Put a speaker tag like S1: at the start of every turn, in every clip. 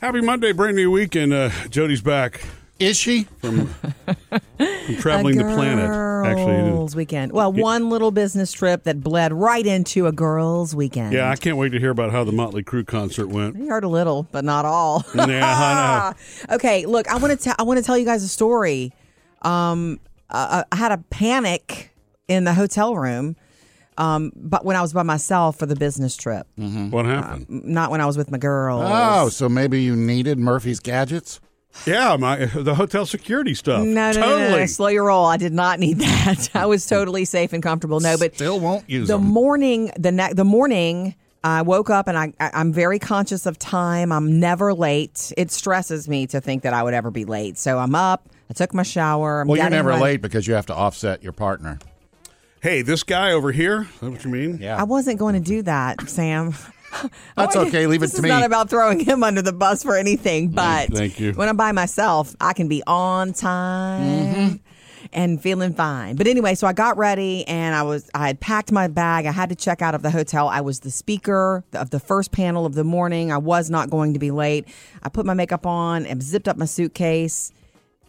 S1: Happy Monday, brand new week, and uh, Jody's back
S2: Is she?
S1: from, from traveling the planet. Actually,
S3: girls' weekend. Well, one little business trip that bled right into a girls' weekend.
S1: yeah, I can't wait to hear about how the Motley Crue concert went.
S3: We heard a little, but not all.
S1: Yeah, I
S3: okay, look, I want to tell I want to tell you guys a story. Um, uh, I had a panic in the hotel room, um, but when I was by myself for the business trip,
S1: know. What happened?
S3: not when I was with my girls.
S2: Oh, so maybe you needed Murphy's gadgets?
S1: Yeah, my the hotel security stuff.
S3: No, no, no,
S1: totally.
S3: no, no, slow your roll. I did not need that. I was totally safe and comfortable. No, but
S2: Still won't use
S3: the
S2: them.
S3: morning the ne- the morning I woke up and I, I I'm very conscious of time. I'm never late. It stresses me to think that I would ever be late. So I'm up. I took my shower. I'm
S2: well, you're
S3: getting
S2: never
S3: ready.
S2: late because you have to offset your partner.
S1: Hey, this guy over here. Is that what you mean?
S2: Yeah.
S3: I wasn't going to do that, Sam.
S2: That's
S3: I wanted-
S2: okay. Leave it
S3: this
S2: to
S3: is
S2: me. Mm,
S3: Not about throwing him under the bus for anything, but
S1: thank you.
S3: When I'm by myself, I can be on time
S2: Mm-hmm.
S3: and feeling fine. But anyway, so I got ready and I was I had packed my bag. I had to check out of the hotel. I was the speaker of the first panel of the morning. I was not going to be late. I put my makeup on and zipped up my suitcase.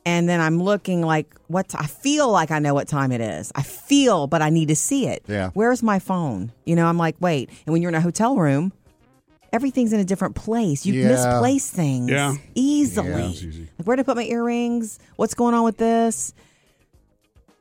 S3: And then I'm looking like what I feel like I know what time it is. I feel, but I need to see it.
S2: Yeah.
S3: Where's my phone? You know, I'm like, wait. And when you're in a hotel room, everything's in a different place. You
S2: Yeah.
S3: misplace things
S1: Yeah.
S3: easily.
S2: Yeah,
S1: it's easy.
S3: Like, where to put my earrings? What's going on with this?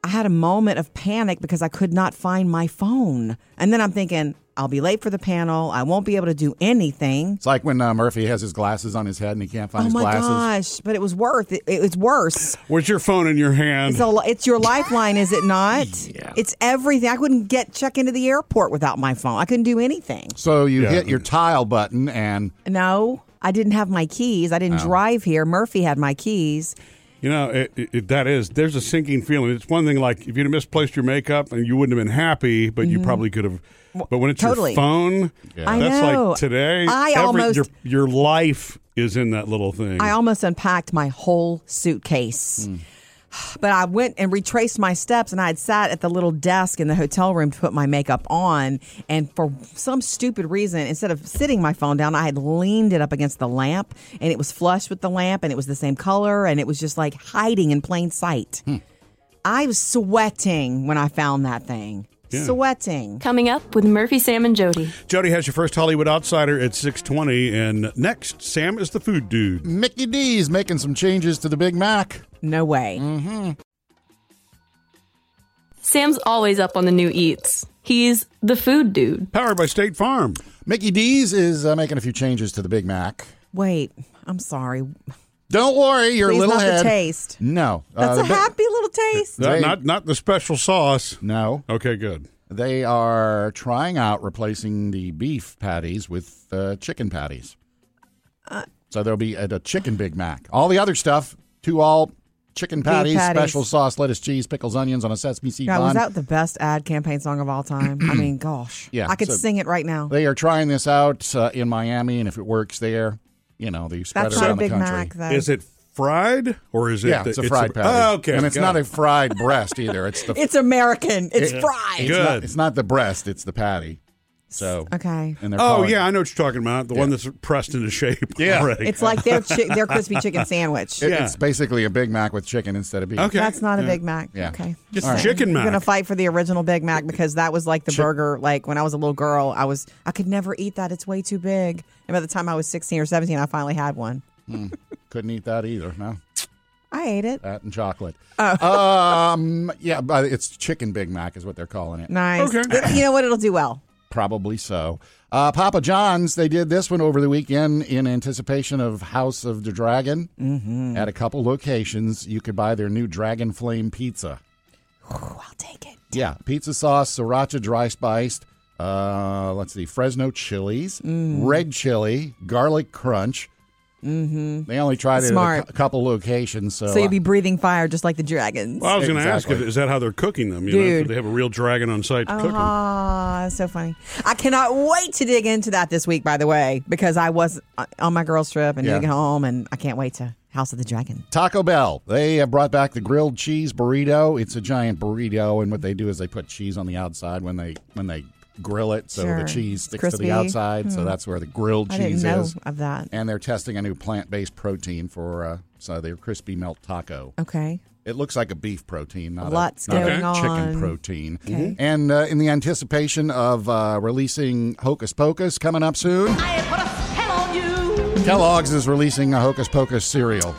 S3: I had a moment of panic because I could not find my phone. And then I'm thinking, I'll be late for the panel. I won't be able to do anything.
S2: It's like when uh, Murphy has his glasses on his head and he can't find
S3: Oh
S2: his
S3: my
S2: glasses.
S3: gosh, but it was worth it. It was worse.
S1: Where's your phone in your hand?
S3: It's a, it's your lifeline, is it not? It's everything. I couldn't get check into the airport without my phone. I couldn't do anything.
S2: So you
S1: Yeah.
S2: hit your tile button and
S3: No, I didn't have my keys. I didn't drive here. Murphy had my keys.
S1: You know, it, it, it- that is, there's a sinking feeling. It's one thing, like, if you'd have misplaced your makeup and you wouldn't have been happy, but you probably could have. But when it's
S3: Mm-hmm. totally.
S1: your phone,
S3: I
S1: that's
S3: know.
S1: like today.
S3: I almost-
S1: your, your life is in that little thing.
S3: I almost unpacked my whole suitcase.
S2: Hmm.
S3: But I went and retraced my steps, and I had sat at the little desk in the hotel room to put my makeup on. And for some stupid reason, instead of sitting my phone down, I had leaned it up against the lamp, and it was flush with the lamp, and it was the same color, and it was just like hiding in plain sight.
S2: Hmm.
S3: I was sweating when I found that thing. Sweating.
S4: Coming up with Murphy, Sam, and Jody.
S1: Jody has your first Hollywood Outsider at 620, and next, Sam is the food dude.
S2: Mickey D's making some changes to the Big Mac.
S3: No way.
S2: Mm.
S4: Sam's always up on the new eats. He's the food dude.
S1: Powered by State Farm. Uh,
S2: Mickey D's is uh, making a few changes to the Big Mac.
S3: Wait, I'm sorry.
S2: Don't worry, your
S3: Please,
S2: little
S3: not
S2: head.
S3: the taste.
S2: No, Uh,
S3: That's
S2: the
S3: a
S2: Bi-
S3: happy little taste.
S1: Not,
S2: They-
S1: not, not the special sauce.
S2: No,
S1: Okay, good.
S2: they are trying out replacing the beef patties with uh, chicken patties.
S3: Uh,
S2: so there'll be a, a chicken Big Mac. All the other stuff, two all chicken patties,
S3: patties.
S2: special sauce, lettuce, cheese, pickles, onions on a sesame seed
S3: God, was
S2: bun.
S3: that the best ad campaign song of all time? I mean, gosh.
S2: Yeah,
S3: I could
S2: so-
S3: sing it right now.
S2: They are trying this out uh, in Miami, and if it works there, you know, they spread
S3: That's
S2: it
S3: not
S2: around
S3: a Big
S2: the country.
S3: Mac, though.
S1: Is it fried or is it?
S2: Yeah,
S1: the-
S2: it's a fried patty.
S1: Oh, okay.
S2: and it's
S1: got
S2: not a
S1: it.
S2: fried breast either. It's the
S3: It's American. It's fried.
S2: it's not-
S1: Good.
S2: it's not the breast. It's the patty. So
S3: Okay.
S2: And they're
S1: Oh,
S2: calling-
S1: yeah, I know what you're talking about. The one that's pressed into shape
S2: Yeah.
S1: already.
S3: It's like their chi- their crispy chicken sandwich.
S2: It-
S1: Yeah.
S2: It's basically a Big Mac with chicken instead of beef.
S1: okay.
S3: That's not a Big Mac.
S2: Yeah.
S3: Okay.
S1: Just
S3: All
S1: chicken
S3: I'm gonna
S1: Mac.
S3: fight for the original Big Mac because that was like the burger. Like when I was a little girl, I was I could never eat that. It's way too big. And by the time I was 16 or 17, I finally had one.
S2: Couldn't eat that either. No,
S3: I ate it.
S2: that and chocolate. Um, yeah, but it's chicken Big Mac is what they're calling it.
S3: Nice.
S1: Okay.
S3: You know what? It'll do well.
S2: Probably so. Uh, Papa John's, they did this one over the weekend in anticipation of House of the Dragon. Mm-hmm. At a couple locations, you could buy their new Dragon Flame pizza.
S3: Ooh, I'll take it.
S2: Yeah, pizza sauce, sriracha, dry spiced. Uh, let's see, Fresno chilies, red chili, garlic crunch. Mm-hmm. They only tried it at a
S3: Smart.
S2: cou- couple locations, so,
S3: So
S2: uh,
S3: you'll be breathing fire just like the dragons.
S1: Well, I was going to ask,
S2: Exactly.
S1: if, is that how they're cooking them? You know,
S3: Dude.
S1: do they have a real dragon on site to cook them?
S3: Ah, that's so funny. I cannot wait to dig into that this week, by the way, because I was uh, on my girls' trip and
S2: Yeah.
S3: you get home, and I can't wait to House of the Dragon.
S2: Taco Bell. They have brought back the grilled cheese burrito. It's a giant burrito, and what they do is they put cheese on the outside when they when they grill it so the
S3: Sure.
S2: cheese sticks to
S3: Crispy. Hmm.
S2: the outside. So that's where the grilled
S3: I didn't
S2: cheese
S3: know
S2: is.
S3: of that.
S2: And they're testing a new plant-based protein for uh, so their crispy melt taco.
S3: Okay.
S2: It looks like a beef protein, not
S3: Lots
S2: a, not
S1: going
S2: a
S3: on.
S2: chicken protein.
S3: Okay.
S2: And uh, in the anticipation of uh, releasing Hocus Pocus coming up soon, Kellogg's is releasing a Hocus Pocus cereal,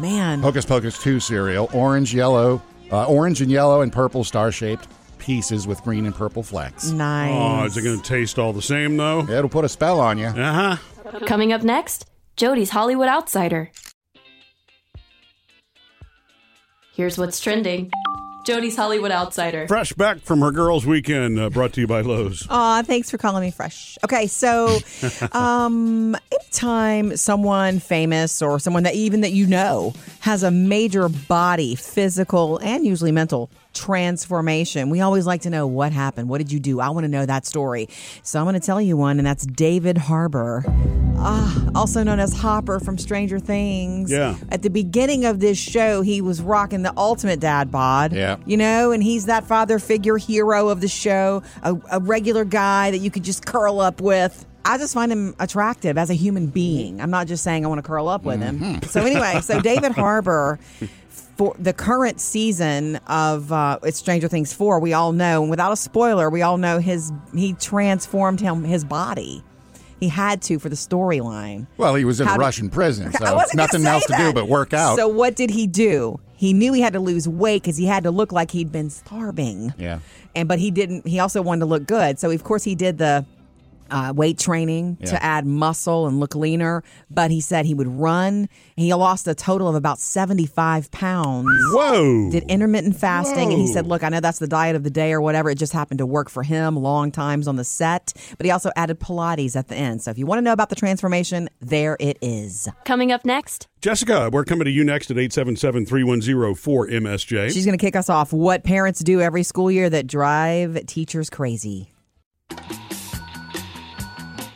S3: Man.
S2: Hocus Pocus 2 cereal, orange, yellow, uh, orange and yellow and purple star-shaped pieces with green and purple flecks.
S1: Oh,
S3: Nice.
S1: is it going to taste all the same though?
S3: Mm.
S2: It'll put a spell on you.
S1: Uh huh.
S4: Coming up next, Jody's Hollywood Outsider. Here's what's trending Jody's Hollywood Outsider.
S1: Fresh back from her girls' weekend, uh, brought to you by Lowe's.
S3: Aw, thanks for calling me fresh. Okay, so um, anytime someone famous or someone that even that you know has a major body, physical, and usually mental transformation, we always like to know what happened. What did you do? I want to know that story. So I'm going to tell you one, and that's David Harbour. Ah, also known as Hopper from Stranger Things.
S1: Yeah.
S3: At the beginning of this show, he was rocking the ultimate dad bod.
S2: Yeah.
S3: You know, and he's that father figure hero of the show, a, a regular guy that you could just curl up with. I just find him attractive as a human being. I'm not just saying I want to curl up with him. So anyway, so David Harbour for the current season of uh, it's Stranger Things 4, we all know, and without a spoiler, we all know his he transformed him his body. He had to for the storyline.
S2: Well, he was in
S3: How
S2: a
S3: did-
S2: Russian prison,
S3: I
S2: so
S3: wasn't gonna
S2: nothing
S3: say
S2: else to do
S3: that.
S2: but work out.
S3: So what did he do? He knew he had to lose weight because he had to look like he'd been starving.
S2: Yeah.
S3: And but he didn't. He also wanted to look good. So of course he did the. Uh, weight training
S2: Yeah.
S3: to add muscle and look leaner, but he said he would run. He lost a total of about 75 pounds
S1: Whoa.
S3: did intermittent fasting and he
S1: Whoa.
S3: said look i know that's the diet of the day or whatever it just happened to work for him long times on the set but he also added pilates at the end so if you want to know about the transformation there it is
S4: Coming up next,
S1: Jessica, we're coming to you next at 877 310 4MSJ.
S3: she's going to kick us off what parents do every school year that drive teachers crazy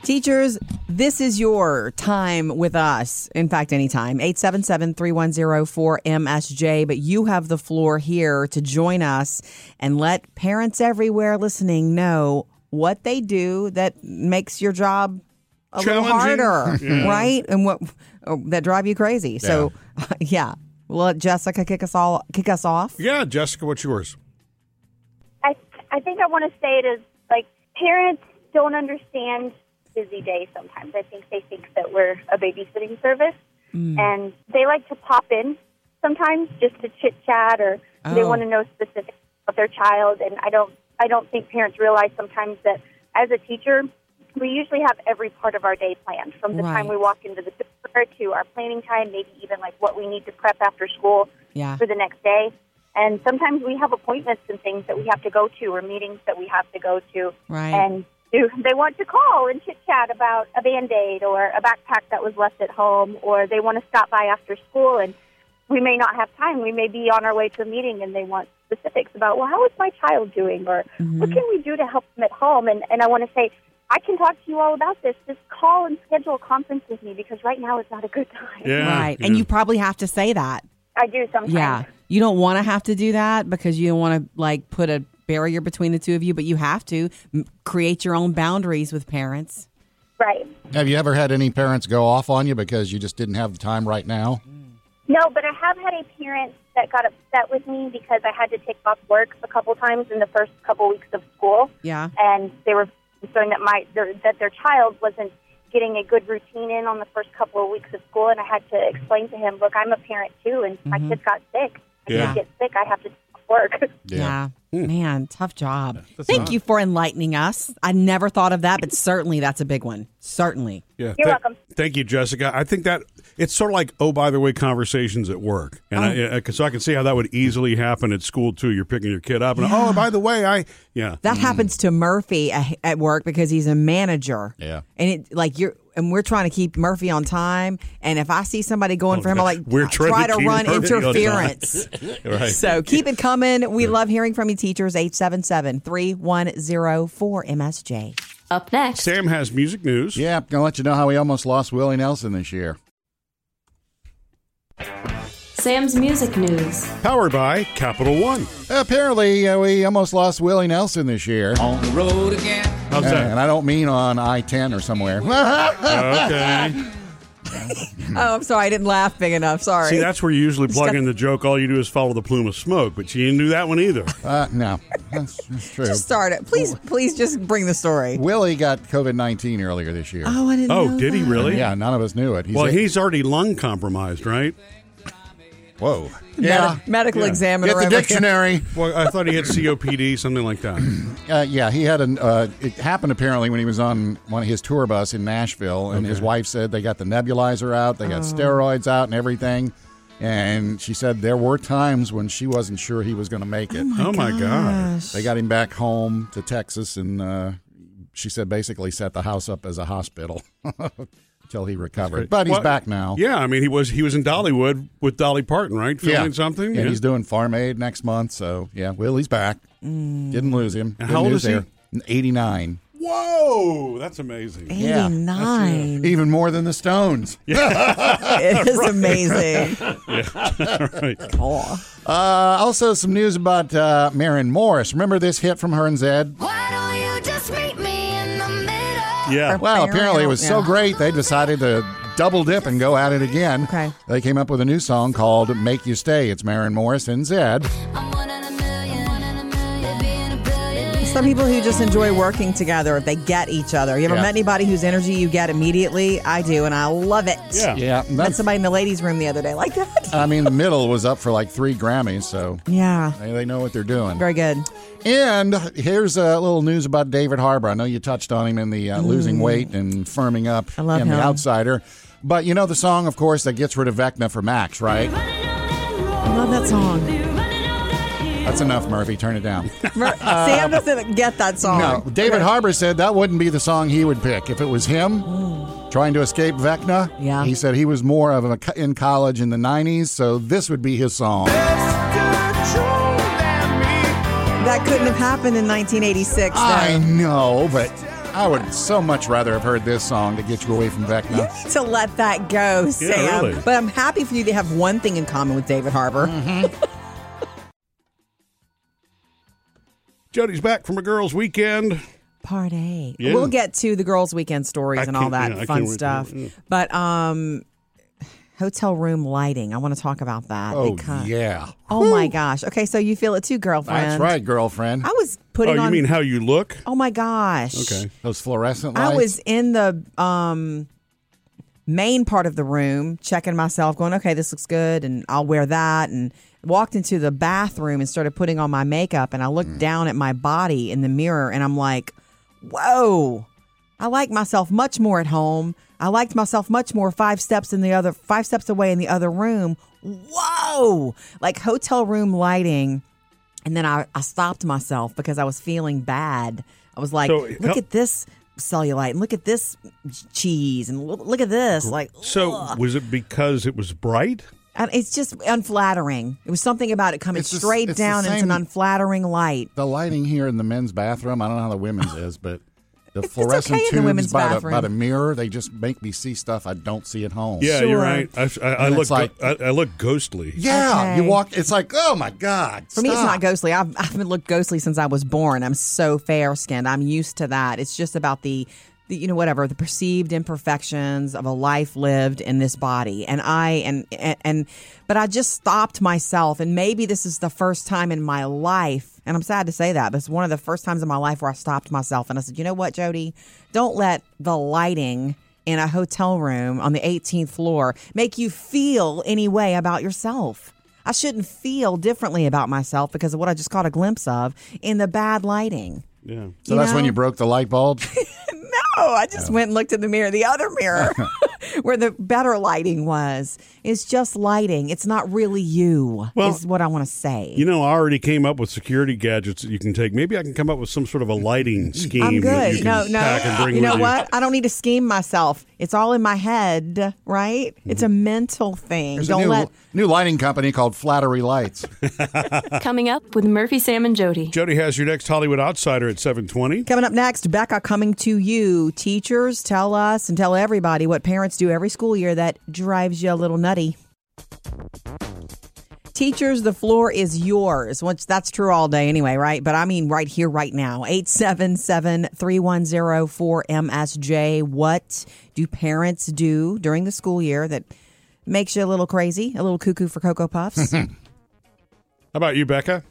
S3: Teachers, this is your time with us. In fact, anytime. 877-310-4MSJ. But you have the floor here to join us and let parents everywhere listening know what they do that makes your job a little
S1: Challenging.
S3: harder, right? And what uh, that drive you crazy. So, yeah. Let Jessica kick us all kick us off.
S1: Yeah, Jessica, what's yours?
S5: I I think I want to say it is like parents don't understand busy days sometimes. I think they think that we're a babysitting service,
S3: Mm.
S5: and they like to pop in sometimes just to chit chat or they
S3: Oh.
S5: want to know specifics about their child. And I don't I don't think parents realize sometimes that as a teacher. We usually have every part of our day planned, from the time
S3: Right.
S5: we walk into the door to our planning time, maybe even like what we need to prep after school
S3: Yeah.
S5: for the next day. And sometimes we have appointments and things that we have to go to or meetings that we have to go to.
S3: Right.
S5: And do- they want to call and chit chat about a band aid or a backpack that was left at home, or they want to stop by after school and we may not have time. We may be on our way to a meeting and they want specifics about, well, how is my child doing? Or what can we do to help them at home? And, and I want to say, I can talk to you all about this. Just call and schedule a conference with me because right now is not a good time.
S1: Yeah.
S3: right. And you probably have to say that.
S5: I do sometimes.
S3: Yeah. You don't want to have to do that because you don't want to like put a barrier between the two of you, but you have to m- create your own boundaries with parents.
S5: Right.
S2: Have you ever had any parents go off on you because you just didn't have the time right now?
S5: No, but I have had a parent that got upset with me because I had to take off work a couple times in the first couple weeks of school.
S3: Yeah.
S5: And they were concerned that my their, that their child wasn't getting a good routine in on the first couple of weeks of school, and I had to explain to him, "Look, I'm a parent too, and my kid got sick. I
S1: Yeah.
S5: can't get sick. I have to take off work."
S3: Yeah.
S1: Hmm.
S3: Man, tough job. Thank you for enlightening us. I never thought of that, but certainly that's a big one. Certainly.
S1: Yeah. Thank-
S5: You're welcome.
S1: Thank you, Jessica. I think that it's sort of like, oh, by the way, conversations at work, and
S5: Oh.
S1: I, I, so I can see how that would easily happen at school too. You're picking your kid up, and oh, by the way, I yeah,
S3: That happens to Murphy a- at work because he's a manager.
S2: Yeah.
S3: And it like you're and we're trying to keep Murphy on time. And if I see somebody going for him, I'm like,
S1: Oh, We're trying
S3: try
S1: to
S3: to
S1: keep
S3: run
S1: Murphy on time.
S3: interference.
S1: right.
S3: So keep it coming. We love hearing from you, teachers. 877 310 4MSJ.
S4: up next,
S1: Sam has music news.
S2: Yeah, I'm going to let you know how we almost lost Willie Nelson this year.
S4: Sam's Music News.
S1: Powered by Capital One.
S2: Apparently, uh, we almost lost Willie Nelson this year.
S6: On the road again.
S1: How's
S2: And
S1: that?
S2: I don't mean on I 10 or somewhere.
S1: Okay.
S3: Oh, I'm sorry. I didn't laugh big enough. Sorry.
S1: See, that's where you usually plug in the joke. All you do is follow the plume of smoke, but you didn't do that one either.
S2: uh, no, that's, that's true.
S3: just start it. Please, please just bring the story.
S2: Willie got COVID 19 earlier this year.
S3: Oh, I didn't
S1: Oh,
S3: know
S1: did he
S3: that.
S1: really?
S2: Yeah, none of us knew it. He's
S1: Well,
S2: a-
S1: he's already lung compromised, right?
S2: Whoa.
S3: Medi-
S2: Yeah.
S3: medical
S1: Yeah.
S3: examiner.
S2: Get the
S3: over here.
S2: dictionary.
S1: Well, I thought he had COPD, something like that.
S2: Uh, yeah, he had an. Uh, it happened apparently when he was on one of his tour bus in Nashville, and his wife said they got the nebulizer out, they got
S1: Oh.
S2: steroids out, and everything. And she said there were times when she wasn't sure he was going to make it.
S1: Oh my God!
S2: They got him back home to Texas, and uh, she said basically set the house up as a hospital until he recovered. But he's
S1: Well,
S2: back now.
S1: Yeah, I mean he was he was in Dollywood with Dolly Parton, right? Filming something.
S2: And he's doing Farm Aid next month, so yeah, Willie's back.
S3: Mm.
S2: Didn't lose him.
S1: And
S2: Good
S1: how old
S2: news
S1: is he?
S2: there. Eighty nine.
S1: Whoa, that's amazing.
S2: Yeah.
S3: 89.
S2: Even more than the Stones.
S3: It is amazing.
S1: right.
S3: Oh.
S2: Uh, also, some news about uh, Marin Morris. Remember this hit from her and Zed?
S7: Why don't you just meet me in the middle?
S1: Yeah.
S2: Well, apparently it was so
S3: Yeah.
S2: great they decided to double dip and go at it again.
S3: Okay.
S2: They came up with a new song called "Make You Stay." It's Marin Morris and Zed.
S7: I'm one in a million, one in a million, maybe in a billion.
S3: Some people who just enjoy working together, they get each other. You ever
S2: Yeah.
S3: met anybody whose energy you get immediately? I do, and I love it.
S1: Yeah.
S2: and
S3: Met
S2: that's,
S3: somebody in the ladies' room the other day like that.
S2: I mean, the middle was up for like three Grammys, so
S3: Yeah.
S2: they, they know what they're doing.
S3: Very good.
S2: And here's a little news about David Harbour. I know you touched on him in the uh, losing weight and firming up
S3: Mm. I love
S2: in The
S3: him.
S2: Outsider. But you know the song, of course, that gets rid of Vecna for Max, right?
S3: I love that song.
S2: That's enough, Murphy. Turn it down.
S3: Mer- Sam doesn't get that song.
S2: Uh, No, David Harbour said that wouldn't be the song he would pick if it was him trying to escape Vecna.
S3: Yeah.
S2: He said he was more of a co- in college in the 90s, so this would be his song.
S3: That couldn't have happened in 1986.
S2: I
S3: Though.
S2: know, but I would so much rather have heard this song to get you away from Vecna.
S3: You need to let that go, Sam.
S1: really.
S3: But I'm happy for you to have one thing in common with David Harbour.
S1: Jody's back from a girls' weekend.
S3: Part A.
S1: Yeah.
S3: We'll get to the girls' weekend stories
S1: I
S3: and all
S1: can't-
S3: that
S1: yeah, I
S3: fun
S1: can't wait to
S3: stuff.
S1: hear it,
S3: But um hotel room lighting. I want to talk about that.
S2: Oh,
S3: because-
S2: yeah.
S3: Oh my gosh. Okay, so you feel it too, girlfriend.
S2: That's right, girlfriend.
S3: I was
S1: Oh,
S3: putting
S1: you
S3: on
S1: mean how you look?
S3: Oh my gosh.
S1: Okay.
S2: Those fluorescent lights.
S3: I was in the um, main part of the room checking myself, going, okay, this looks good, and I'll wear that. And walked into the bathroom and started putting on my makeup. And I looked down at my body in the mirror and I'm like, whoa, I like myself much more at home. I liked myself much more five steps in the other, five steps away in the other room. Whoa, like hotel room lighting. And then I, I stopped myself because I was feeling bad. I was like,
S1: So,
S3: look
S1: hel-
S3: at this cellulite and look at this cheese and lo- look at this. Like,
S1: So
S3: ugh.
S1: was it because it was bright?
S3: And it's just unflattering. It was something about it coming
S2: It's the s-
S3: straight
S2: it's the
S3: down into
S2: same-
S3: an unflattering light.
S2: the lighting here in the men's bathroom. I don't know how the women's is, but the
S3: It's- it's
S2: fluorescent
S3: okay in the
S2: tubes
S3: women's
S2: by
S3: bathroom.
S2: the by the mirror they just make me see stuff I don't see at home.
S1: Yeah, you're
S3: Sure.
S1: right. I, I, I
S2: And
S1: look
S2: it's like-
S1: I, I look ghostly.
S2: Yeah,
S3: Okay.
S2: you walk. It's like, oh my god.
S3: For me, it's not ghostly. I've, I've been looked ghostly since I was born. I'm so fair skinned. I'm used to that. It's just about the, the, you know, whatever the perceived imperfections of a life lived in this body. And I and and, and but I just stopped myself. And maybe this is the first time in my life, and I'm sad to say that, but it's one of the first times in my life where I stopped myself and I said, you know what, Jody, don't let the lighting. In a hotel room on the 18th floor, make you feel any way about yourself. I shouldn't feel differently about myself because of what I just caught a glimpse of in the bad lighting.
S1: Yeah.
S2: So that's when
S3: know?
S2: you broke the light bulb.
S3: No, Oh, I just went and looked in the mirror, the other mirror where the better lighting was. It's just lighting. It's not really you,
S1: Well,
S3: is what I want to say.
S1: You know, I already came up with security gadgets that you can take. Maybe I can come up with some sort of a lighting scheme.
S3: I'm
S1: That you
S3: good.
S1: can
S3: No,
S1: pack and
S3: no.
S1: bring
S3: You know
S1: with
S3: what? I don't need to scheme myself. It's all in my head, right? It's
S1: Mm-hmm.
S3: a mental thing.
S2: There's a
S3: don't
S2: new,
S3: let.
S2: new lighting company called Flattery Lights.
S4: Coming up with Murphy, Sam, and Jody.
S1: Jody has your next Hollywood Outsider at 7:20.
S3: Coming up next, Becca coming to you. Teachers, tell us and tell everybody what parents do every school year that drives you a little nutty. Teachers, the floor is yours, which that's true all day anyway, right? But I mean, right here, right now. 877 310 4MSJ. What do parents do during the school year that makes you a little crazy, a little cuckoo for Cocoa Puffs?
S1: How about you, Becca?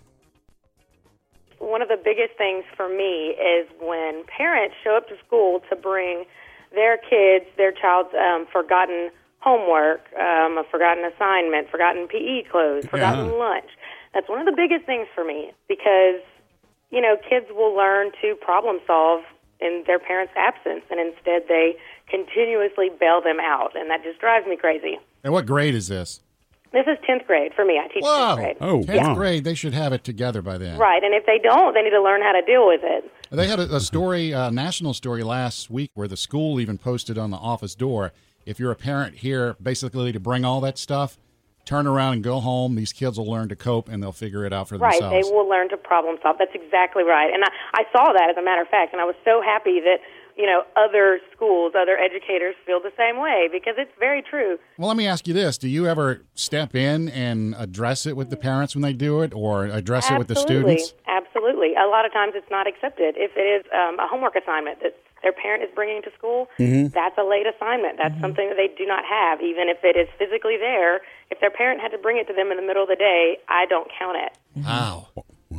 S6: One of the biggest things for me is when parents show up to school to bring their kids, their child's um, forgotten homework, um, a forgotten assignment, forgotten PE clothes, forgotten
S1: Yeah.
S6: lunch. That's one of the biggest things for me because, you know, kids will learn to problem solve in their parents' absence, and instead they continuously bail them out, and that just drives me crazy.
S2: And what grade is this?
S6: This is 10th grade for me. I teach 10th
S2: Wow.
S6: grade.
S1: Oh,
S2: Tenth
S1: wow.
S2: grade. They should have it together by then.
S6: Right, and if they don't, they need to learn how to deal with it.
S2: They had a, a story, a national story last week where the school even posted on the office door if you're a parent here, basically to bring all that stuff, turn around and go home. These kids will learn to cope and they'll figure it out for
S6: Right,
S2: themselves.
S6: they will learn to problem solve. That's exactly right. And I, I saw that as a matter of fact, and I was so happy that you know other schools, other educators feel the same way because it's very true.
S2: Well, let me ask you this Do you ever step in and address it with the parents when they do it or address it with the
S6: Absolutely,
S2: students?
S6: absolutely. A lot of times it's not accepted if it is um, a homework assignment that their parent is bringing to school.
S2: Mm-hmm.
S6: That's a late assignment. That's something that they do not have, even if it is physically there. If their parent had to bring it to them in the middle of the day, I don't count it.
S2: Wow.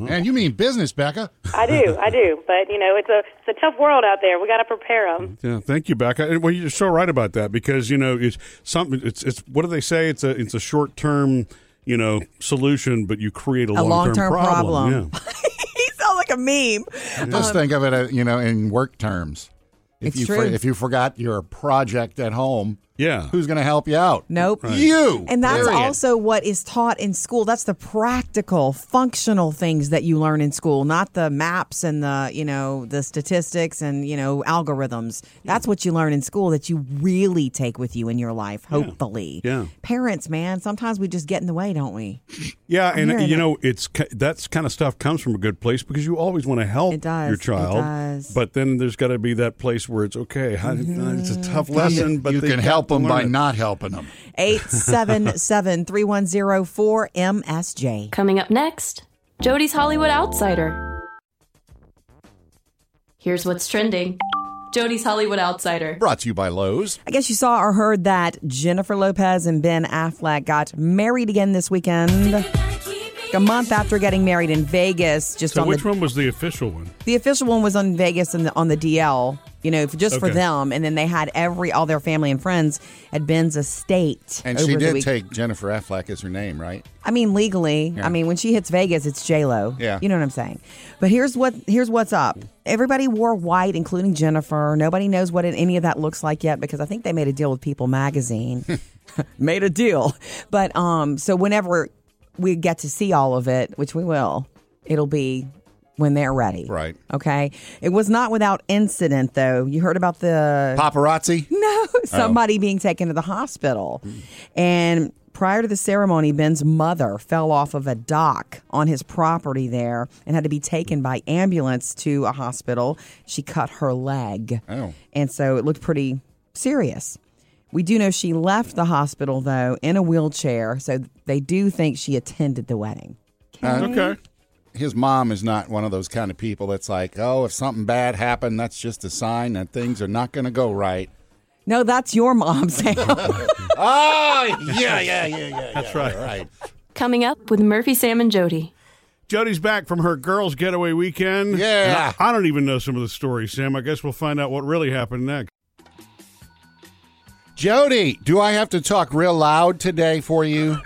S2: And you mean business, Becca.
S6: I do, I do. But you know, it's a it's a tough world out there. We got to prepare them.
S1: Yeah, thank you, Becca. And, Well, you're so right about that because you know it's something. It's it's what do they say? It's a it's a short term you know solution, but you create a,
S3: long-term
S1: problem.
S3: problem.
S1: Yeah.
S3: he sounds like a meme.
S2: Just think of it, uh, you know, in work terms. If
S3: It's
S2: you
S3: true.
S2: if you forgot your project at home,
S1: Yeah.
S2: who's going to help you out?
S3: Nope.
S2: You.
S3: And that's
S2: Period.
S3: also what is taught in school. That's the practical, functional things that you learn in school, not the maps and the, you know, the statistics and, you know, algorithms. That's what you learn in school that you really take with you in your life, hopefully.
S1: Yeah.
S3: Parents, man, sometimes we just get in the way, don't we?
S1: Yeah, and
S3: hearing
S1: you
S3: it.
S1: know, it's ki- that's kind of stuff comes from a good place because you always want to help
S3: It does,
S1: your
S3: it
S1: child.
S3: does.
S1: But then there's got to be that place where it's okay. how- It's a tough lesson, but
S2: you
S1: they
S2: can
S1: got to
S2: help them
S1: learn
S2: by
S1: it.
S2: not helping them.
S3: 877 310 4MSJ.
S4: Coming up next, Jody's Hollywood Outsider. Here's what's trending. Jody's Hollywood Outsider.
S2: Brought to you by Lowe's.
S3: I guess you saw or heard that Jennifer Lopez and Ben Affleck got married again this weekend. A month after getting married in Vegas, just
S1: So
S3: on
S1: which
S3: the
S1: one was the official one?
S3: The official one was on Vegas and the, on the DL, you know, for, just for
S1: Okay.
S3: them. And then they had every all their family and friends at Ben's estate.
S2: And
S3: over
S2: she
S3: the
S2: did
S3: week-
S2: take Jennifer Affleck as her name, right?
S3: I mean, legally.
S2: Yeah.
S3: I mean, when she hits Vegas, it's J Lo.
S2: Yeah.
S3: you know what I'm saying. But here's what here's what's up. Everybody wore white, including Jennifer. Nobody knows what any of that looks like yet because I think they made a deal with People Magazine. made a deal, but um, so whenever we get to see all of it, which we will, it'll be when they're ready.
S2: Right.
S3: Okay. It was not without incident, though. You heard about the
S2: Paparazzi?
S3: no, somebody being taken to the hospital. And prior to the ceremony, Ben's mother fell off of a dock on his property there and had to be taken by ambulance to a hospital. She cut her leg.
S2: Oh.
S3: And so it looked pretty serious. We do know she left the hospital, though, in a wheelchair. So they do think she attended the wedding.
S1: Okay.
S2: His mom is not one of those kind of people that's like, oh, if something bad happened, that's just a sign that things are not going to go right.
S3: No, that's your mom, Sam.
S2: oh, yeah, yeah, yeah, yeah. That's
S1: right.
S2: Right.
S4: Coming up with Murphy, Sam, and Jody.
S1: Jody's back from her girls' getaway weekend.
S2: Yeah.
S1: And I, I don't even know some of the stories, Sam. I guess we'll find out what really happened next.
S2: Jody, do I have to talk real loud today for you?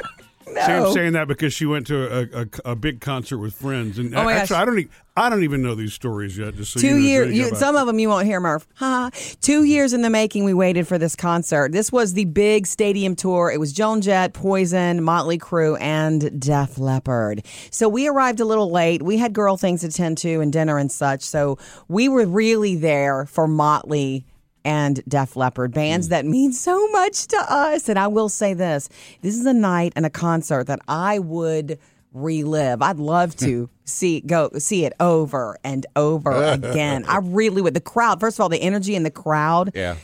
S1: Sam's saying that because she went to a, a, a big concert with friends, and
S3: Oh my
S1: actually,
S3: gosh.
S1: I don't e- I don't even know these stories yet. Just so you
S3: Two
S1: know,
S3: years.
S1: Jody,
S3: You,
S1: about-
S3: some of them you won't hear, Murph. Ha! Two years in the making, we waited for this concert. This was the big stadium tour. It was Joan Jett, Poison, Motley Crue, and Def Leppard. So we arrived a little late. We had girl things to tend to and dinner and such. So we were really there for Motley and Def Leppard bands that mean so much to us. And I will say this this is a night and a concert that I would relive. I'd love to see go see it over and over again. I really would. The crowd, first of all, the energy in the crowd.
S2: Yeah.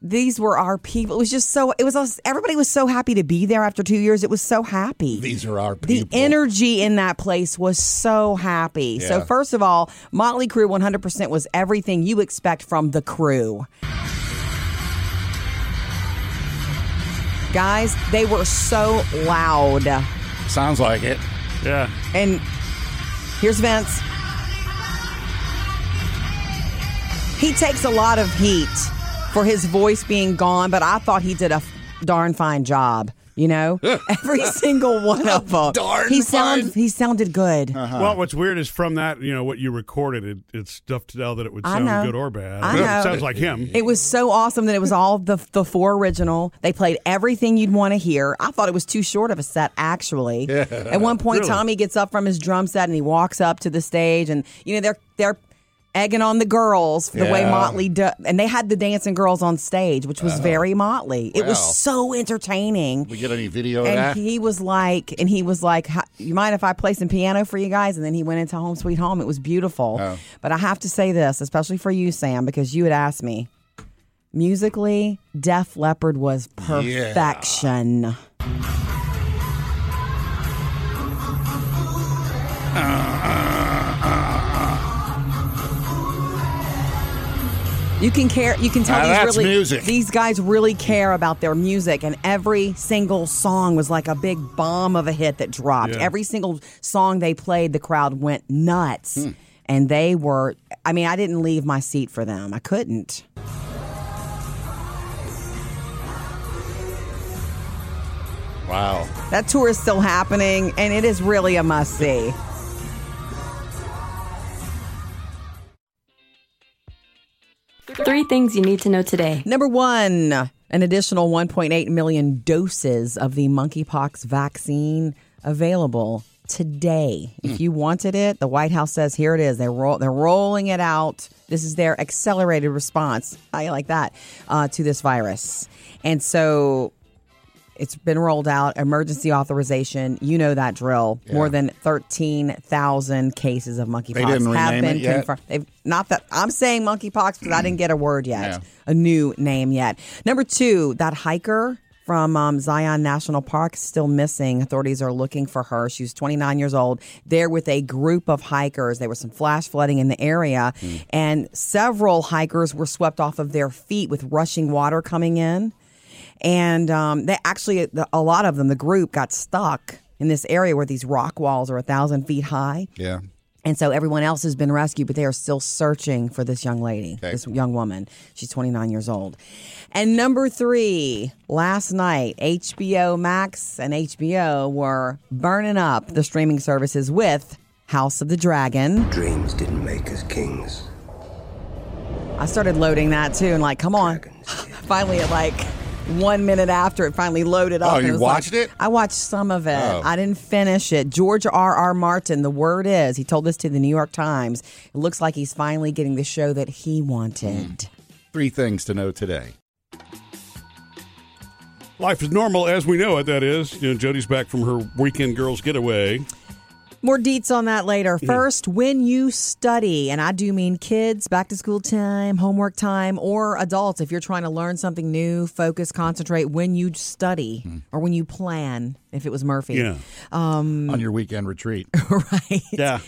S3: these were our people. It was just so. It was us. Everybody was so happy to be there after two years. It was so happy.
S2: These are our
S3: the
S2: people.
S3: energy in that place was so happy. So
S2: Yeah.
S3: first of all, Motley Crue 100% was everything you expect from the crew. Guys, they were so loud.
S2: Sounds like it.
S1: Yeah.
S3: And here's Vince. He takes a lot of heat for his voice being gone, but I thought he did a f- darn fine job. You know, every single one of them.
S2: Darn
S3: he sound-
S2: fine.
S3: he sounded good.
S1: Well, what's weird is from that, you know, what you recorded, it, it's tough to tell that it would
S3: I
S1: sound
S3: know.
S1: good or bad.
S3: I know.
S1: It sounds like him.
S3: It was so awesome that it was all the the four original. They played everything you'd want to hear. I thought it was too short of a set, actually. At one point,
S1: Really?
S3: Tommy gets up from his drum set and he walks up to the stage, and you know they're they're egging on the girls for the way
S2: Yeah. Uh-huh.
S3: Motley do- and they had the dancing girls on stage, which was very Motley. It
S2: Wow.
S3: was so entertaining.
S2: We get any video of that?
S3: And he was like, and he was like, "How- you mind if I play some piano for you guys? And then he went into Home Sweet Home. It was beautiful.
S2: Oh.
S3: But I have to say this, especially for you, Sam, because you had asked me. Musically, Def Leppard was perfection. You can care. You can tell
S2: Now
S3: these
S2: that's
S3: really
S2: music.
S3: these guys really care about their music, and every single song was like a big bomb of a hit that dropped.
S1: Yeah.
S3: Every single song they played, the crowd went nuts, and they were. I mean, I didn't leave my seat for them. I couldn't.
S2: wow.
S3: That tour is still happening, and it is really a must see.
S4: Three things you need to know today.
S3: Number one, an additional 1.8 million doses of the monkeypox vaccine available today.
S2: Hmm.
S3: If you wanted it, the White House says here it is. They're roll- they're rolling it out. This is their accelerated response. How you like that uh, to this virus? And so. It's been rolled out, emergency authorization. You know that drill. More than 13,000 cases of monkeypox
S2: didn't
S3: have
S2: rename
S3: been
S2: it yet?
S3: confirmed. They've, not that I'm saying monkeypox because I didn't get a word yet,
S2: Yeah.
S3: a new name yet. Number two, that hiker from um, Zion National Park is still missing. Authorities are looking for her. She was 29 years old. There with a group of hikers. There was some flash flooding in the area, and several hikers were swept off of their feet with rushing water coming in and um, they actually the- a lot of them the group got stuck in this area where these rock walls are a thousand feet high
S2: Yeah.
S3: and so everyone else has been rescued, but they are still searching for this young lady, this young woman. She's 29 years old. And number three, last night, HBO Max and HBO were burning up the streaming services with House of the Dragon.
S8: Dreams didn't make us kings.
S3: I started loading that too, and like, come on. finally, at like one minute after it finally loaded up.
S2: Oh,
S3: and
S2: you
S3: was like-
S2: watched it? Oh.
S3: I watched some of it. I didn't finish it. George R. R. Martin, the word is, he told this to the New York Times. It looks like he's finally getting the show that he wanted.
S2: Three things to know today.
S1: Life is normal as we know it, that is. You know, Jody's back from her weekend girls getaway.
S3: More deets on that later. First, when you study, and I do mean kids, back to school time, homework time, or adults, if you're trying to learn something new, focus, concentrate, when you study
S2: Hmm.
S3: or when you plan, if it was Murphy.
S1: Yeah.
S3: Mm.
S2: On your weekend retreat.
S3: right?
S1: Yeah.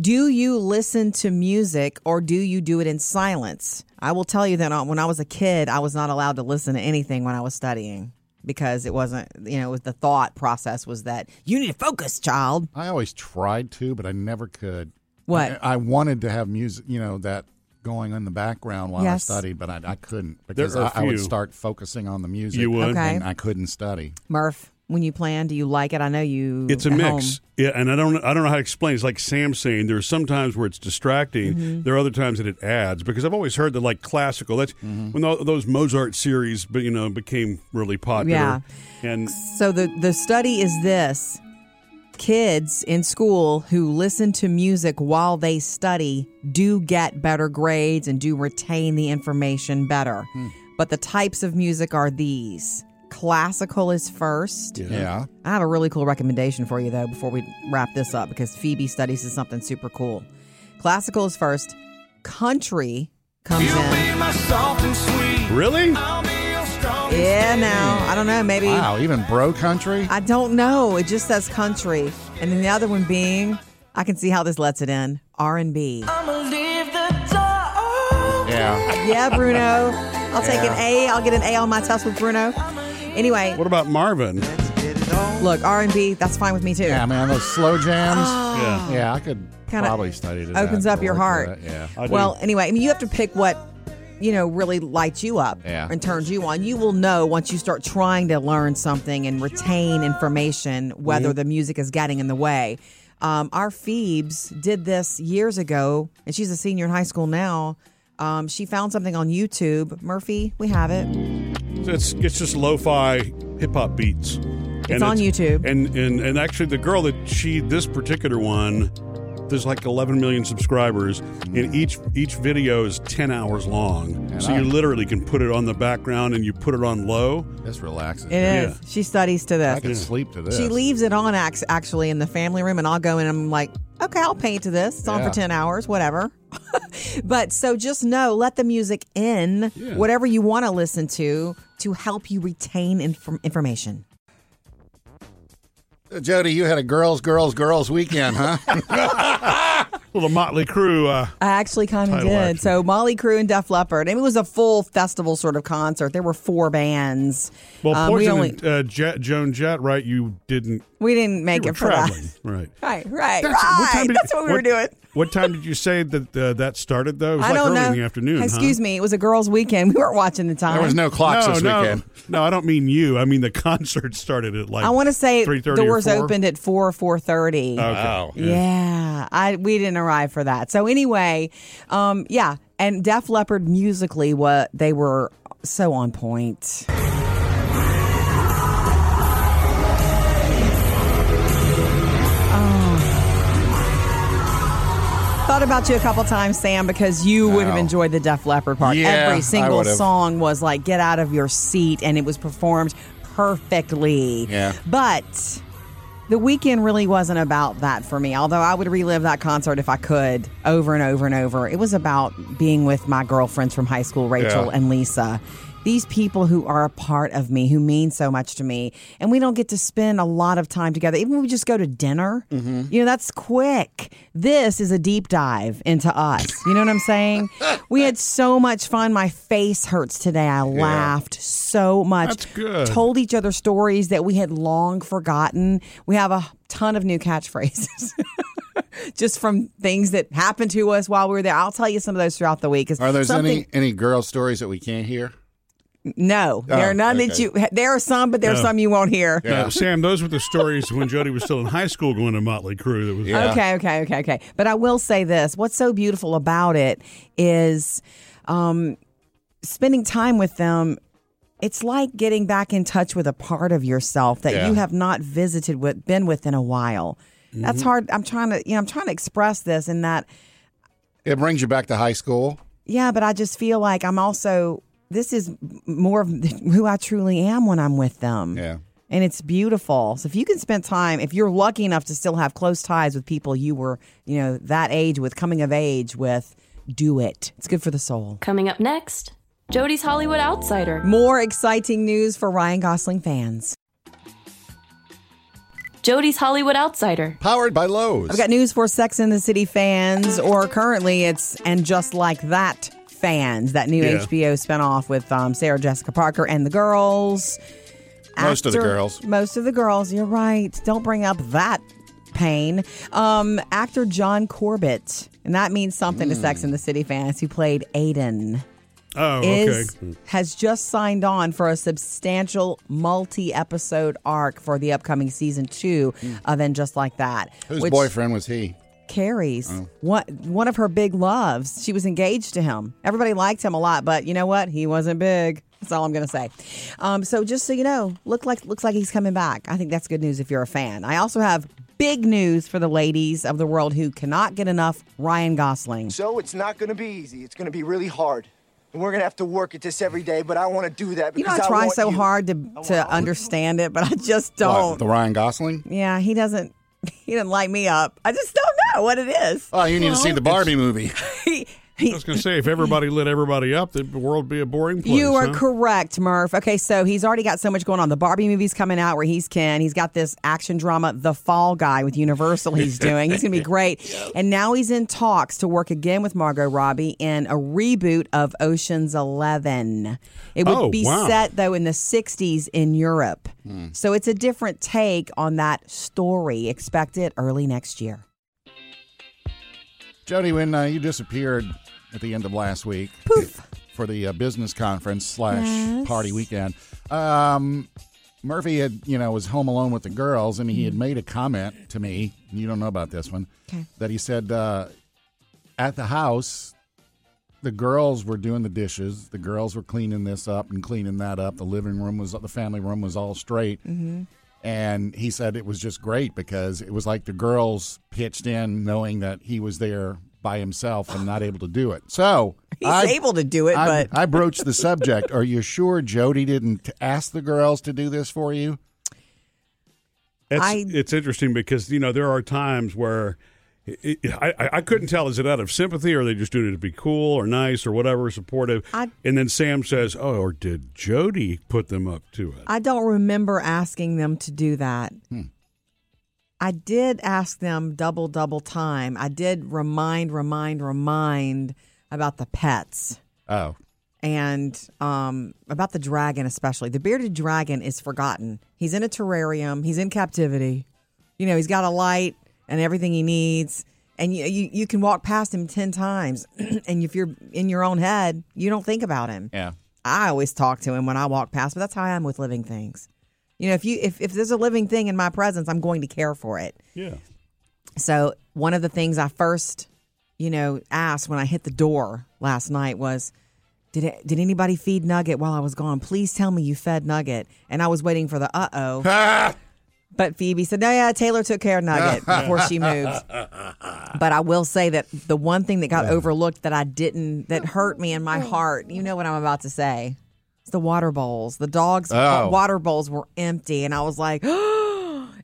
S3: Do you listen to music or do you do it in silence? I will tell you that uh, when I was a kid, I was not allowed to listen to anything when I was studying because it wasn't, you know, it was the thought process was that you need to focus, child.
S2: I always tried to, but I never could.
S3: What?
S2: I, I wanted to have music, you know, that going in the background while
S3: Yes.
S2: I studied, but I, I couldn't because
S1: are
S2: I, I would
S1: few.
S2: start focusing on the music.
S1: You would.
S3: Okay.
S2: And I couldn't study.
S3: Murph, when you plan, do you like it? I know you.
S1: It's a
S3: Mm-hmm. at
S1: mix.
S3: home.
S1: Yeah, and I don't I don't know how to explain. It's like Sam saying there's some times where it's distracting.
S3: Mm-hmm.
S1: There are other times that it adds because I've always heard that like classical that's
S3: Mm-hmm.
S1: when tho- those Mozart series but you know became really popular.
S3: Yeah.
S1: And
S3: So the the study is this: kids in school who listen to music while they study do get better grades and do retain the information better.
S2: Hmm.
S3: But the types of music are these: classical is first.
S2: Yeah.
S3: I have a really cool recommendation for you though before we wrap this up because Phoebe studies is something super cool. Classical is first. Country comes in.
S1: really?
S3: Uh,
S8: I'll be
S3: Yeah, now I don't know. Maybe
S2: Wow, even bro country?
S3: I don't know. It just says country, and then the other one being I can see how this lets it in R and B.
S2: Yeah.
S3: Yeah, Bruno. I'll take an
S2: Yeah.
S3: A. I'll get an A on my test with Bruno. Anyway,
S1: What about Marvin?
S3: look R and B. That's fine with me too.
S2: Yeah, man, those slow jams.
S1: Yeah.
S2: yeah, I could
S3: Kinda
S2: probably study to
S3: opens
S2: that
S3: up your
S2: for
S3: heart.
S2: that, Yeah.
S1: I do.
S3: Well, anyway, I mean, you have to pick what you know really lights you up
S2: Yeah.
S3: and turns you on. You will know once you start trying to learn something and retain information whether the music is getting in the way. Um, our Phoebes did this years ago, and she's a senior in high school now. Um, she found something on YouTube. Murphy, we have it.
S1: It's it's just lo-fi hip hop beats. It's
S3: on YouTube.
S1: And and and actually, the girl that she this particular one, there's like 11 million subscribers, and each each video is 10 hours long. so
S2: I-
S1: you literally can put it on the background and you put it on low.
S2: This relaxes.
S3: It is.
S1: Yeah.
S3: She studies to this.
S2: I could sleep to this.
S3: She leaves it on ax- actually in the family room, and I'll go in and I'm like, okay, I'll paint to this. It's on
S2: Yeah.
S3: for 10 hours, whatever. but so just know, let the music in, whatever you want to listen to, to help you retain inf- information.
S2: Uh, Jody, you had a girls, girls, girls weekend, huh?
S1: Little Motley Crew. Uh,
S3: I actually kind of
S1: Title
S3: did.
S1: action.
S3: So Molly Crew and Def Leppard. and it was a full festival sort of concert. There were four bands.
S1: well,
S3: Um, we
S1: Poison
S3: only
S1: and uh, Jet, Joan Jett, right? You didn't.
S3: we didn't make
S1: you
S3: it
S1: were
S3: for
S1: traveling,
S3: that.
S1: right?
S3: Right, right,
S1: time
S3: right.
S1: did you-
S3: That's what we were doing.
S1: What time did you say that uh, that started though? It was
S3: I
S1: like
S3: don't
S1: early
S3: know.
S1: in the afternoon.
S3: Excuse me. It was a girls' weekend. We weren't watching the time.
S2: There was no clocks
S1: No,
S2: this
S1: no,
S2: weekend.
S1: no. I don't mean you. I mean the concert started at like
S3: I want to say
S1: 3:30 or
S3: doors
S1: 4.
S3: opened at four or four thirty.
S2: Wow.
S3: yeah. I we didn't arrive for that. So anyway, um, yeah, and Def Leppard musically, what they were so on point. Oh. Oh. Thought about you a couple times, Sam, because you would have
S2: Wow.
S3: enjoyed the Def Leppard part.
S2: Yeah, I
S3: Every single
S2: would've.
S3: song was like "Get Out of Your Seat," and it was performed perfectly.
S2: Yeah.
S3: But the weekend really wasn't about that for me, although I would relive that concert if I could over and over and over. It was about being with my girlfriends from high school, Rachel
S2: Yeah.
S3: and Lisa. These people who are a part of me, who mean so much to me, and we don't get to spend a lot of time together. Even when we just go to dinner,
S1: Mm-hmm.
S3: you know, that's quick. This is a deep dive into us. You know what I'm saying? we had so much fun. My face hurts today. I laughed so much.
S1: That's good.
S3: Told each other stories that we had long forgotten. We have a ton of new catchphrases. Just from things that happened to us while we were there. I'll tell you some of those throughout the week. 'cause
S2: Are there
S3: something-
S2: any any girl stories that we can't hear?
S3: No, there are none that
S2: Oh, okay.
S3: you. There are some, but there's some you won't hear.
S1: No, Sam, those were the stories when Jody was still in high school going to Motley Crue. That was
S2: Yeah.
S3: Okay, okay, okay, okay. But I will say this: what's so beautiful about it is um, spending time with them. It's like getting back in touch with a part of yourself that
S2: Yeah.
S3: you have not visited with, been with in a while. That's
S2: Mm-hmm.
S3: hard. I'm trying to, you know, I'm trying to express this in that.
S2: It brings you back to high school.
S3: Yeah, but I just feel like I'm also. This is more of who I truly am when I'm with them.
S2: Yeah.
S3: and it's beautiful. So if you can spend time, if you're lucky enough to still have close ties with people you were, you know, that age with, coming of age with, do it. It's good for the soul.
S4: Coming up next, Jody's Hollywood Outsider.
S3: More exciting news for Ryan Gosling fans.
S4: Jody's Hollywood Outsider.
S2: Powered by Lowe's.
S3: I've got news for Sex and the City fans, or currently it's and just like that fans. That new
S1: Yeah.
S3: HBO spinoff with um, Sarah Jessica Parker and the girls.
S2: Most of the girls.
S3: Most of the girls. You're right. Don't bring up that pain. Um, actor John Corbett, and that means something to
S2: Hmm.
S3: Sex and the City fans who played Aiden
S1: Oh, okay.
S3: is
S2: Hmm.
S3: has just signed on for a substantial multi-episode arc for the upcoming season two of And Just Like That.
S2: Hmm. Whose
S3: which
S2: boyfriend was he?
S3: Carries
S9: Oh.
S3: one one of her big loves. She was engaged to him. Everybody liked him a lot, but you know what? He wasn't big. That's all I'm gonna say. Um, so just so you know, look like looks like he's coming back. I think that's good news if you're a fan. I also have big news for the ladies of the world who cannot get enough Ryan Gosling.
S9: So it's not going to be easy. It's going to be really hard. And we're going to have to work at this every day, but I want to do that
S3: You know,
S9: because
S3: I try
S9: want
S3: so
S9: you.
S3: hard to to understand it, but I just
S2: What,
S3: don't.
S2: the Ryan Gosling?
S3: Oh. Yeah, he doesn't. He didn't light me up. I just don't know what it is.
S2: Oh, you need to see the Barbie movie.
S3: He,
S1: I was going to say, if everybody lit everybody up, the world would be a boring place.
S3: You are
S1: huh?
S3: correct, Murph. Okay, so he's already got so much going on. The Barbie movie's coming out where he's Ken. He's got this action drama, The Fall Guy, with Universal he's doing. He's going to be great. And now he's in talks to work again with Margot Robbie in a reboot of Ocean's 11. It would
S1: Oh,
S3: be
S1: wow. Hmm.
S3: set, though, in the 60s in Europe. So it's a different take on that story. Expect it early next year.
S2: Jody, when uh, you disappeared at the end of last week
S3: Poof.
S2: for the uh, business conference slash
S3: Yes.
S2: party weekend, um, Murphy had you know was home alone with the girls, and he had made a comment to me. and You don't know about this one.
S3: Mm-hmm. Okay.
S2: That he said uh, at the house, the girls were doing the dishes. The girls were cleaning this up and cleaning that up. The living room was the family room was all straight.
S3: Mm-hmm.
S2: And he said it was just great because it was like the girls pitched in knowing that he was there by himself and not able to do it. So
S3: He's able to do it,
S2: I,
S3: but
S2: I broached the subject. Are you sure Jody didn't ask the girls to do this for you?
S1: It's,
S3: I-
S1: it's interesting because you know there are times where it, it- I, I- I couldn't tell is it out of sympathy or are they just doing it to be cool or nice or whatever supportive.
S3: I-
S1: and then Sam says, "Oh, or did Jody put them up to it?"
S3: I don't remember asking them to do that. I did ask them double, double time. I did remind, remind, remind about the pets
S2: Oh,
S3: and um, about the dragon, especially. The bearded dragon is forgotten. He's in a terrarium, he's in captivity. You know, he's got a light and everything he needs. And you, you, you can walk past him 10 times. and if you're in your own head, you don't think about him.
S2: yeah.
S3: I always talk to him when I walk past, but that's how I am with living things. You know, if you if, if there's a living thing in my presence, I'm going to care for it.
S1: Yeah,
S3: So one of the things I first, you know, asked when I hit the door last night was, did it, did anybody feed Nugget while I was gone? Please tell me you fed Nugget. And I was waiting for the uh oh.
S1: Ah!
S3: but Phoebe said, no, yeah, Taylor took care of Nugget before she moved. But I will say that the one thing that got overlooked that I didn't that hurt me in my heart, you know what I'm about to say. It's the water bowls. The dogs'
S2: Oh.
S3: water bowls were empty, and I was like, "Oh,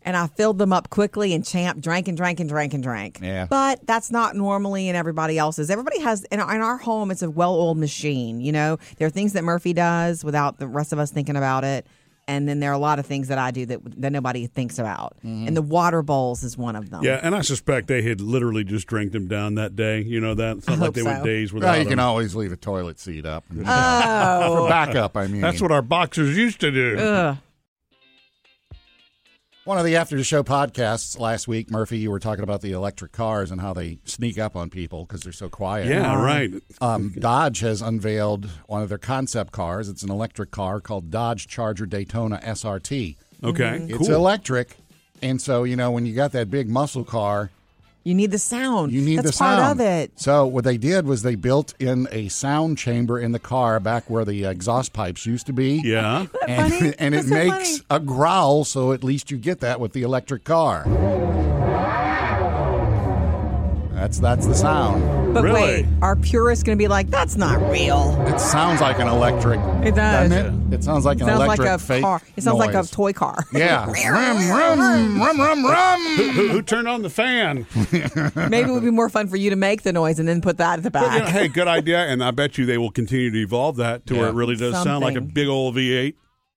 S3: and I filled them up quickly. And Champ drank and drank and drank and drank.
S2: Yeah.
S3: But that's not normally in everybody else's. Everybody has in our, in our home. It's a well-oiled machine. You know, there are things that Murphy does without the rest of us thinking about it. And then there are a lot of things that I do that, that nobody thinks about.
S2: Mm-hmm.
S3: And the water bowls is one of them.
S1: yeah, and I suspect they had literally just drank them down that day. You know that it's not
S3: I
S1: like
S3: hope
S1: they went
S3: so.
S1: days without
S2: Well, you can
S1: them.
S2: always leave a toilet seat up
S3: Oh.
S2: for backup. I mean,
S1: That's what our boxers used to do.
S3: Ugh.
S2: One of the after the show podcasts last week, Murphy, you were talking about the electric cars and how they sneak up on people because they're so quiet.
S1: yeah, right.
S2: Um, Dodge has unveiled one of their concept cars. It's an electric car called Dodge Charger Daytona SRT.
S1: Okay,
S3: Mm-hmm.
S1: cool.
S2: It's electric. And so, you know, when you got that big muscle car,
S3: You need the sound.
S2: you need
S3: That's
S2: the sound.
S3: part of it.
S2: So, what they did was they built in a sound chamber in the car back where the exhaust pipes used to be.
S1: yeah.
S2: And,
S3: funny?
S2: and it
S3: That's so
S2: makes a growl, so at least you get that with the electric car. That's that's the sound.
S3: But
S1: Really?
S3: wait, our purist going to be like, that's not real.
S2: It sounds like an electric.
S3: It does.
S2: doesn't it? It sounds like an
S3: sounds like
S2: electric
S3: a
S2: fake
S3: car. It sounds like a
S2: noise.
S3: toy car.
S2: Yeah. rum, rum, rum, rum, rum.
S1: who, who turned on the fan?
S3: Maybe it would be more fun for you to make the noise and then put that at the
S1: But, you know,
S3: back.
S1: hey, good idea, and I bet you they will continue to evolve that to where
S2: Yeah.
S1: it really does sound like a
S3: Something.
S1: big old V8.